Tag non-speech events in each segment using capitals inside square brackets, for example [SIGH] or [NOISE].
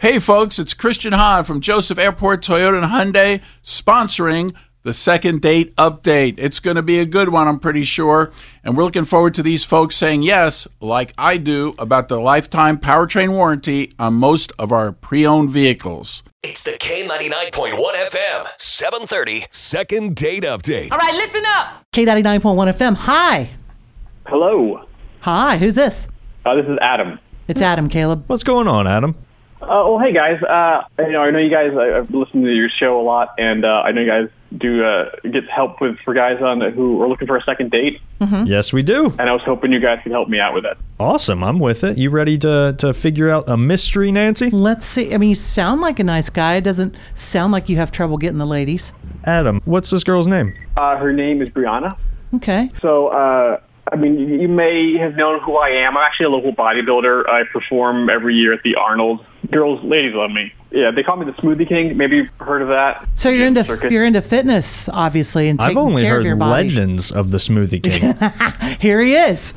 Hey, folks, it's Christian Hahn from Joseph Airport Toyota and Hyundai sponsoring the second date update. It's going to be a good one, I'm pretty sure. And we're looking forward to these folks saying yes, like I do, about the lifetime powertrain warranty on most of our pre owned vehicles. It's the K99.1 FM, 730. Second date update. All right, listen up. K99.1 FM. Hi. Hello, Hi. Who's this? uh, this is Adam. It's Adam, Caleb. What's going on, Adam? Uh, well, hey guys. Uh, you know, I know you guys. I, I've listened to your show a lot, and uh, I know you guys do uh, get help with for guys on who are looking for a second date. Hmm? Yes, we do. And I was hoping you guys could help me out with it. Awesome. I'm with it. You ready to, to figure out a mystery, Nancy? Let's see. I mean, you sound like a nice guy. It doesn't sound like you have trouble getting the ladies. Adam, what's this girl's name? Uh, her name is Brianna. Okay. So, uh, I mean, you- you may have known who I am. I'm actually a local bodybuilder. I perform every year at the Arnold. Girls, ladies love me. Yeah, they call me the Smoothie King. Maybe you've heard of that. So you're into Circuit. you're into fitness, obviously, and taking I've only care of heard your body. legends of the Smoothie [LAUGHS] King. Here he is.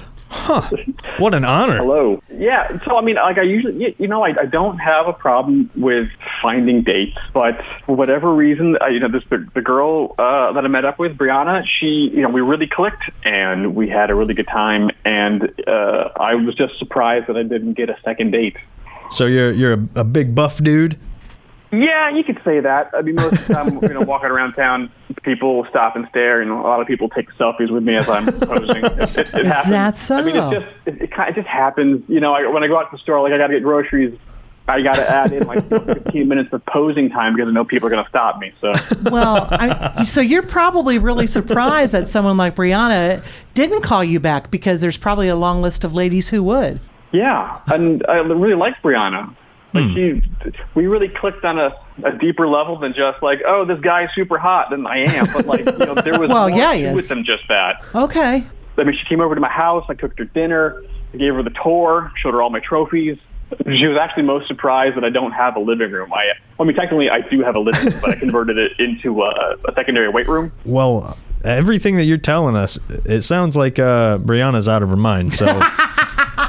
what an honor. Hello. Yeah. So I mean, like I usually, you- you know, I, I don't have a problem with finding dates, but for whatever reason, I, you know, this the, the girl uh, that I met up with, Brianna, she, you know, we really clicked and we had a really good time, and uh, I was just surprised that I didn't get a second date. So you're you're a, a big buff dude. Yeah, you could say that. I mean, most of the time, you know, walking around town, people stop and stare, and a lot of people take selfies with me as I'm posing. It, it, it happens. that so? I mean, it's just it, it, kind of, it just happens. You know, I, when I go out to the store, like I got to get groceries. I got to add in like [LAUGHS] 15 minutes of posing time because I know people are going to stop me. [LAUGHS] So Well, [LAUGHS] I, so you're probably really surprised that someone like Brianna didn't call you back because there's probably a long list of ladies who would. yeah, and I really like Brianna. Like Hmm. she, we really clicked on a, a deeper level than just like, oh, this guy's super hot, and I am. But like, you know, there was [LAUGHS] Well, more yeah, to he it is. than just that. Okay. I mean, she came over to my house. I cooked her dinner. I gave her the tour. Showed her all my trophies. She was actually most surprised that I don't have a living room. I, I mean, technically, I do have a living room, but I converted it into a, a secondary weight room. Well, everything that you're telling us, it sounds like uh, Brianna's out of her [LAUGHS] mind. So.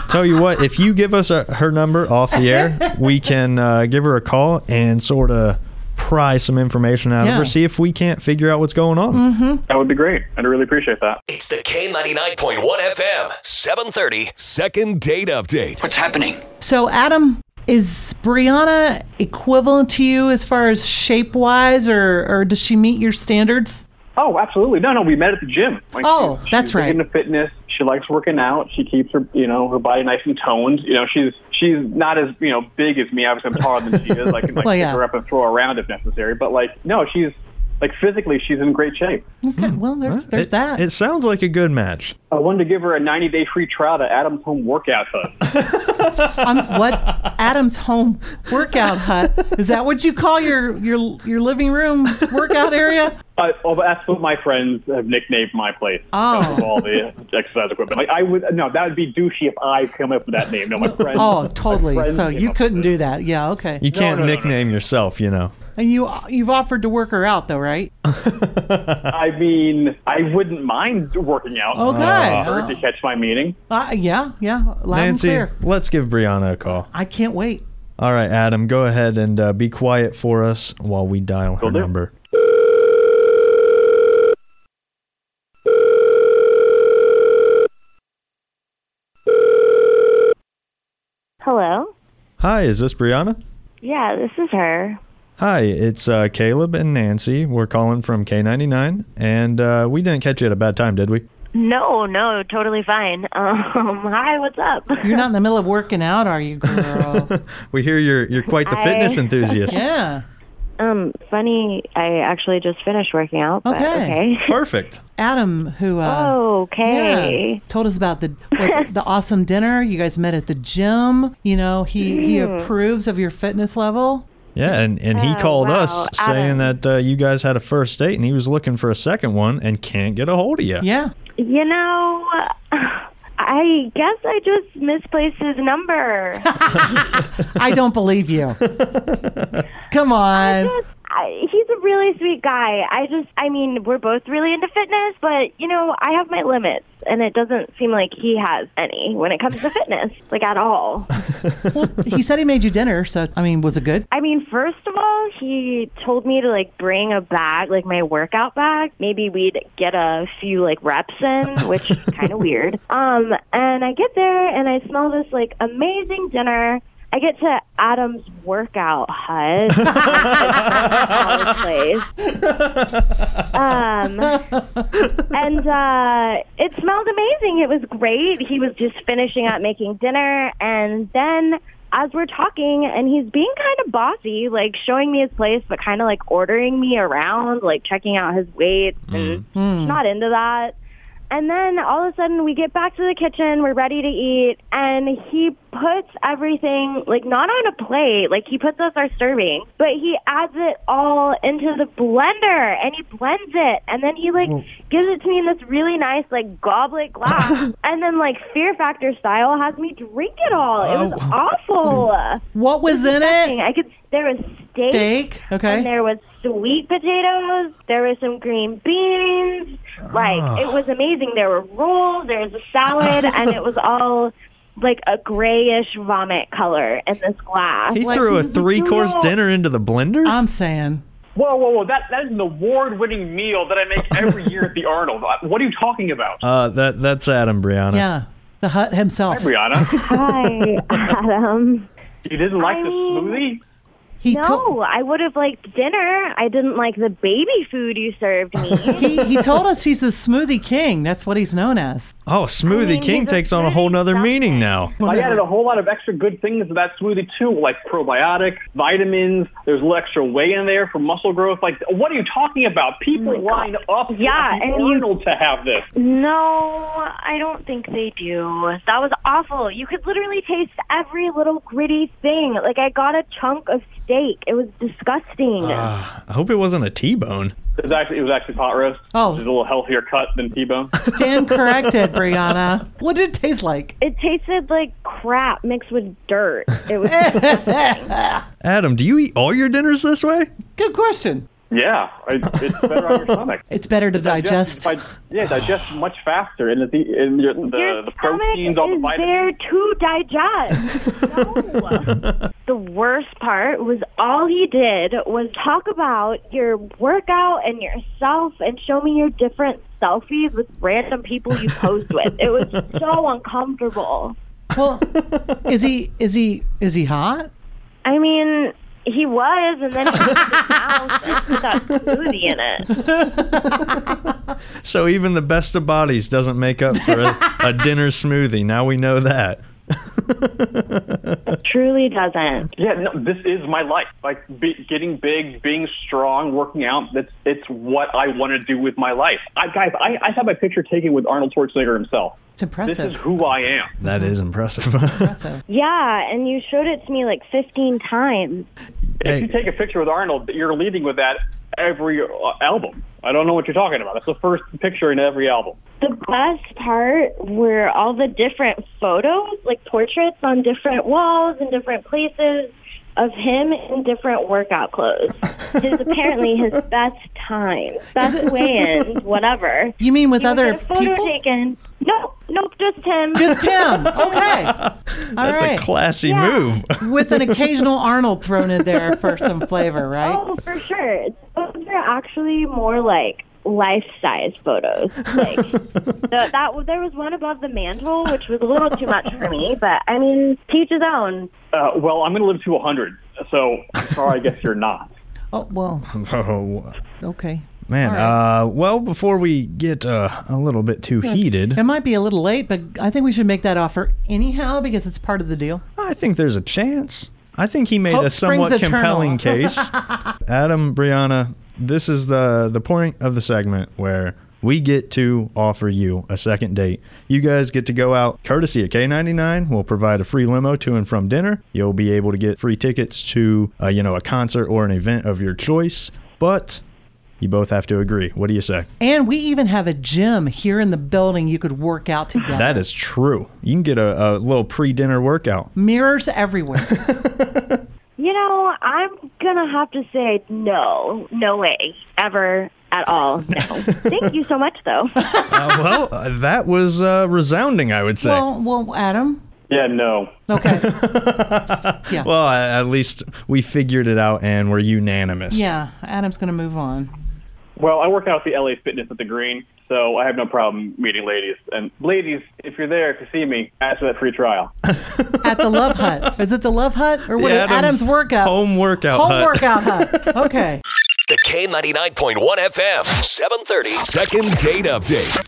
Tell you what, if you give us a, her number off [LAUGHS] the air, we can uh, give her a call and sort of pry some information out of Yeah. her, see if we can't figure out what's going on. That would be great. I'd really appreciate that. It's the K99.1 FM, 730. Second date update. What's happening? So, Adam, is Brianna equivalent to you as far as shape wise, or, or does she meet your standards? Oh, absolutely. No, no, we met at the gym. Like, Oh, she- that's she's big right. Into fitness, she likes working out. She keeps her, you know, her body nice and toned. You know, she's she's not as you know big as me. Obviously, I'm taller than she is. I can [LAUGHS] like Well, pick yeah. her up and throw her around if necessary. But like, no, she's like physically, she's in great shape. Okay, well, there's, there's it, that. It sounds like a good match. I wanted to give her a 90 day free trial to Adam's Home Workout [LAUGHS] Hut. Um, [LAUGHS] what Adam's home workout hut is that what you call your your your living room workout [LAUGHS] area? uh, oh, but that's what my friends have nicknamed my place. Oh. because Of all the exercise equipment. Like, I would, no, that would be douchey if I came up with that name. No, [LAUGHS] my friends. Oh, totally. friends So came you up couldn't with it. do that. Yeah, okay. You can't no, no, no. nickname yourself, you know. And you you've offered to work her out though, right? Uh-huh. I mean, I wouldn't mind working out. Okay. Or Oh. to catch my meaning. Uh, yeah, yeah. Loud Nancy, and clear. let's give Brianna a call. I can't wait. All right, Adam, go ahead and uh, be quiet for us while we dial her do. number. Hello? Hi, is this Brianna? Yeah, this is her. Hi, it's uh, Caleb and Nancy. We're calling from K99, and uh, we didn't catch you at a bad time, did we? No, no, totally fine. [LAUGHS] Um, hi, what's up? You're not in the middle of working out, are you, [LAUGHS] girl? We hear you're you're quite the Hi. fitness [LAUGHS] enthusiast. yeah. Um, funny, I actually just finished working out, but Okay. okay. Perfect. Adam, who uh, [LAUGHS] okay. yeah, told us about the what, the awesome dinner you guys met at the gym. You know, he he approves of your fitness level. Yeah, and, and he Oh, called wow, us saying Adam. that uh, you guys had a first date and he was looking for a second one and can't get a hold of you. Yeah. You know, I guess I just misplaced [LAUGHS] his number. I don't believe you. Come on. Just- I, he's a really sweet guy. I just, I mean, we're both really into fitness, but you know, I have my limits, and it doesn't seem like he has any when it comes to fitness, like at all. Well, he said he made you dinner, so I mean, was it good? I mean, first of all, he told me to like bring a bag, like my workout bag. Maybe we'd get a few like reps in, which is kind of weird. Um, and I get there and I smell this like amazing dinner. I get to Adam's workout hut. [LAUGHS] It's a place. Um, and uh, it smelled amazing. It was great. He was just finishing up making dinner, and then as we're talking, and he's being kind of bossy, like showing me his place, but kind of like ordering me around, like checking out his weights, Mm. and Hmm. not into that. And then all of a sudden we get back to the kitchen, we're ready to eat, and he puts everything, like not on a plate, like he puts us our serving, but he adds it all into the blender and he blends it. And then he like gives it to me in this really nice like goblet glass. and then like Fear Factor style has me drink it all. It was awful. What was in Disgusting. it? I could, there was steak. Steak, okay. And there was sweet potatoes. There was some green beans. Like, it was amazing. There were rolls. There was a salad. and it was all like a grayish vomit color in this glass. He Like, threw a you three-course know- dinner into the blender. I'm saying. Whoa, whoa, whoa! That that is an award-winning meal that I make every year at the Arnold. What are you talking about, uh, that that's Adam Brianna. Yeah. The hut himself. [LAUGHS] Brianna? Hi, Adam. You didn't like I the smoothie? mean- He told No, I would have liked dinner. I didn't like the baby food you [LAUGHS] served me. he, he told us he's the smoothie king. That's what he's known as. Oh, Smoothie I mean, King he's a takes on a whole smoothie nother guy. meaning now. I added a whole lot of extra good things to that smoothie too, like probiotics, vitamins. There's a little extra whey in there for muscle growth. Like, what are you talking about? People line up Mm. Yeah, at the and you- Arnold to have this. no, I don't think they do. That was awful. You could literally taste every little gritty thing. Like I got a chunk of steak. It was disgusting. I hope it wasn't a T-bone. It was actually it was actually pot roast. Oh. it was a little healthier cut than [LAUGHS] T-bone. Stand corrected, Brianna. What did it taste like? it tasted like crap mixed with dirt. It was Adam, do you eat all your dinners this way? Good question. yeah, I, it's better on your stomach. It's better to [LAUGHS] Digest- digest. di- yeah, digest much faster, and the and your, the, your the stomach proteins, all the is vitamins. there to digest. No. the worst part was all he did was talk about your workout and yourself and show me your different selfies with random people you posed with. It was so uncomfortable. Well, is he is he is he hot? I mean, he was, and then he put his mouth and put that smoothie in it. So even the best of bodies doesn't make up for [LAUGHS] a, a dinner smoothie. Now we know that. Truly doesn't. Yeah, no, this is my life. Like be, getting big, being strong, working out. That's it's what I want to do with my life. I, guys, I, I have my picture taken with Arnold Schwarzenegger himself. It's impressive. This is who I am. That is impressive. [LAUGHS] impressive. Yeah, and you showed it to me like 15 times. If you take a picture with Arnold, you're leading with that every uh, album. I don't know what you're talking about. That's the first picture in every album. The best part were all the different photos, like portraits on different walls and different places of him in different workout clothes. His apparently [LAUGHS] his best time, best weigh-ins, whatever. You mean with He would other get a photo people? taken? No, nope, just him. Just him. Okay. All right. That's a classy move. [LAUGHS] with an occasional Arnold thrown in there for some flavor, right? Oh, for sure. Those are actually more like life-size photos. [LAUGHS] Like the, that, there was one above the mantle, which was a little too much for me. But I mean, teach his own. Uh, well, I'm going to live to 100, so sorry, I guess you're not. Oh well, Oh, okay. man. All right. Uh, well, before we get uh, a little bit too heated, It might be a little late, but I think we should make that offer anyhow because it's part of the deal. I think there's a chance. I think he made Hope a somewhat springs compelling [LAUGHS] eternal. case. Adam, Brianna, this is the the point of the segment where we get to offer you a second date. You guys get to go out courtesy of K99. We'll provide a free limo to and from dinner. You'll be able to get free tickets to uh, you know a concert or an event of your choice, but you both have to agree. What do you say? And we even have a gym here in the building you could work out together. That [LAUGHS] is true. You can get a, a little pre-dinner workout. [LAUGHS] Mirrors everywhere. Yeah, you know, I'm gonna have to say no, no way, ever at all. No. Thank you so much, though. Uh, well, uh, that was uh, resounding, I would say. Well, Well, well, Adam. Yeah, no. Okay. yeah. a- at least we figured it out and we're unanimous. yeah. Adam's going to move on. Well, I work out at the LA Fitness at the Green, so I have no problem meeting ladies. And ladies, if you're there to see me, ask for that free trial. At the Love Hut. Is it the Love Hut or what? The is- Adam's, Adam's workout. home workout Home hut. workout hut. [LAUGHS] Okay. The K99.1 FM, 730. Second date update.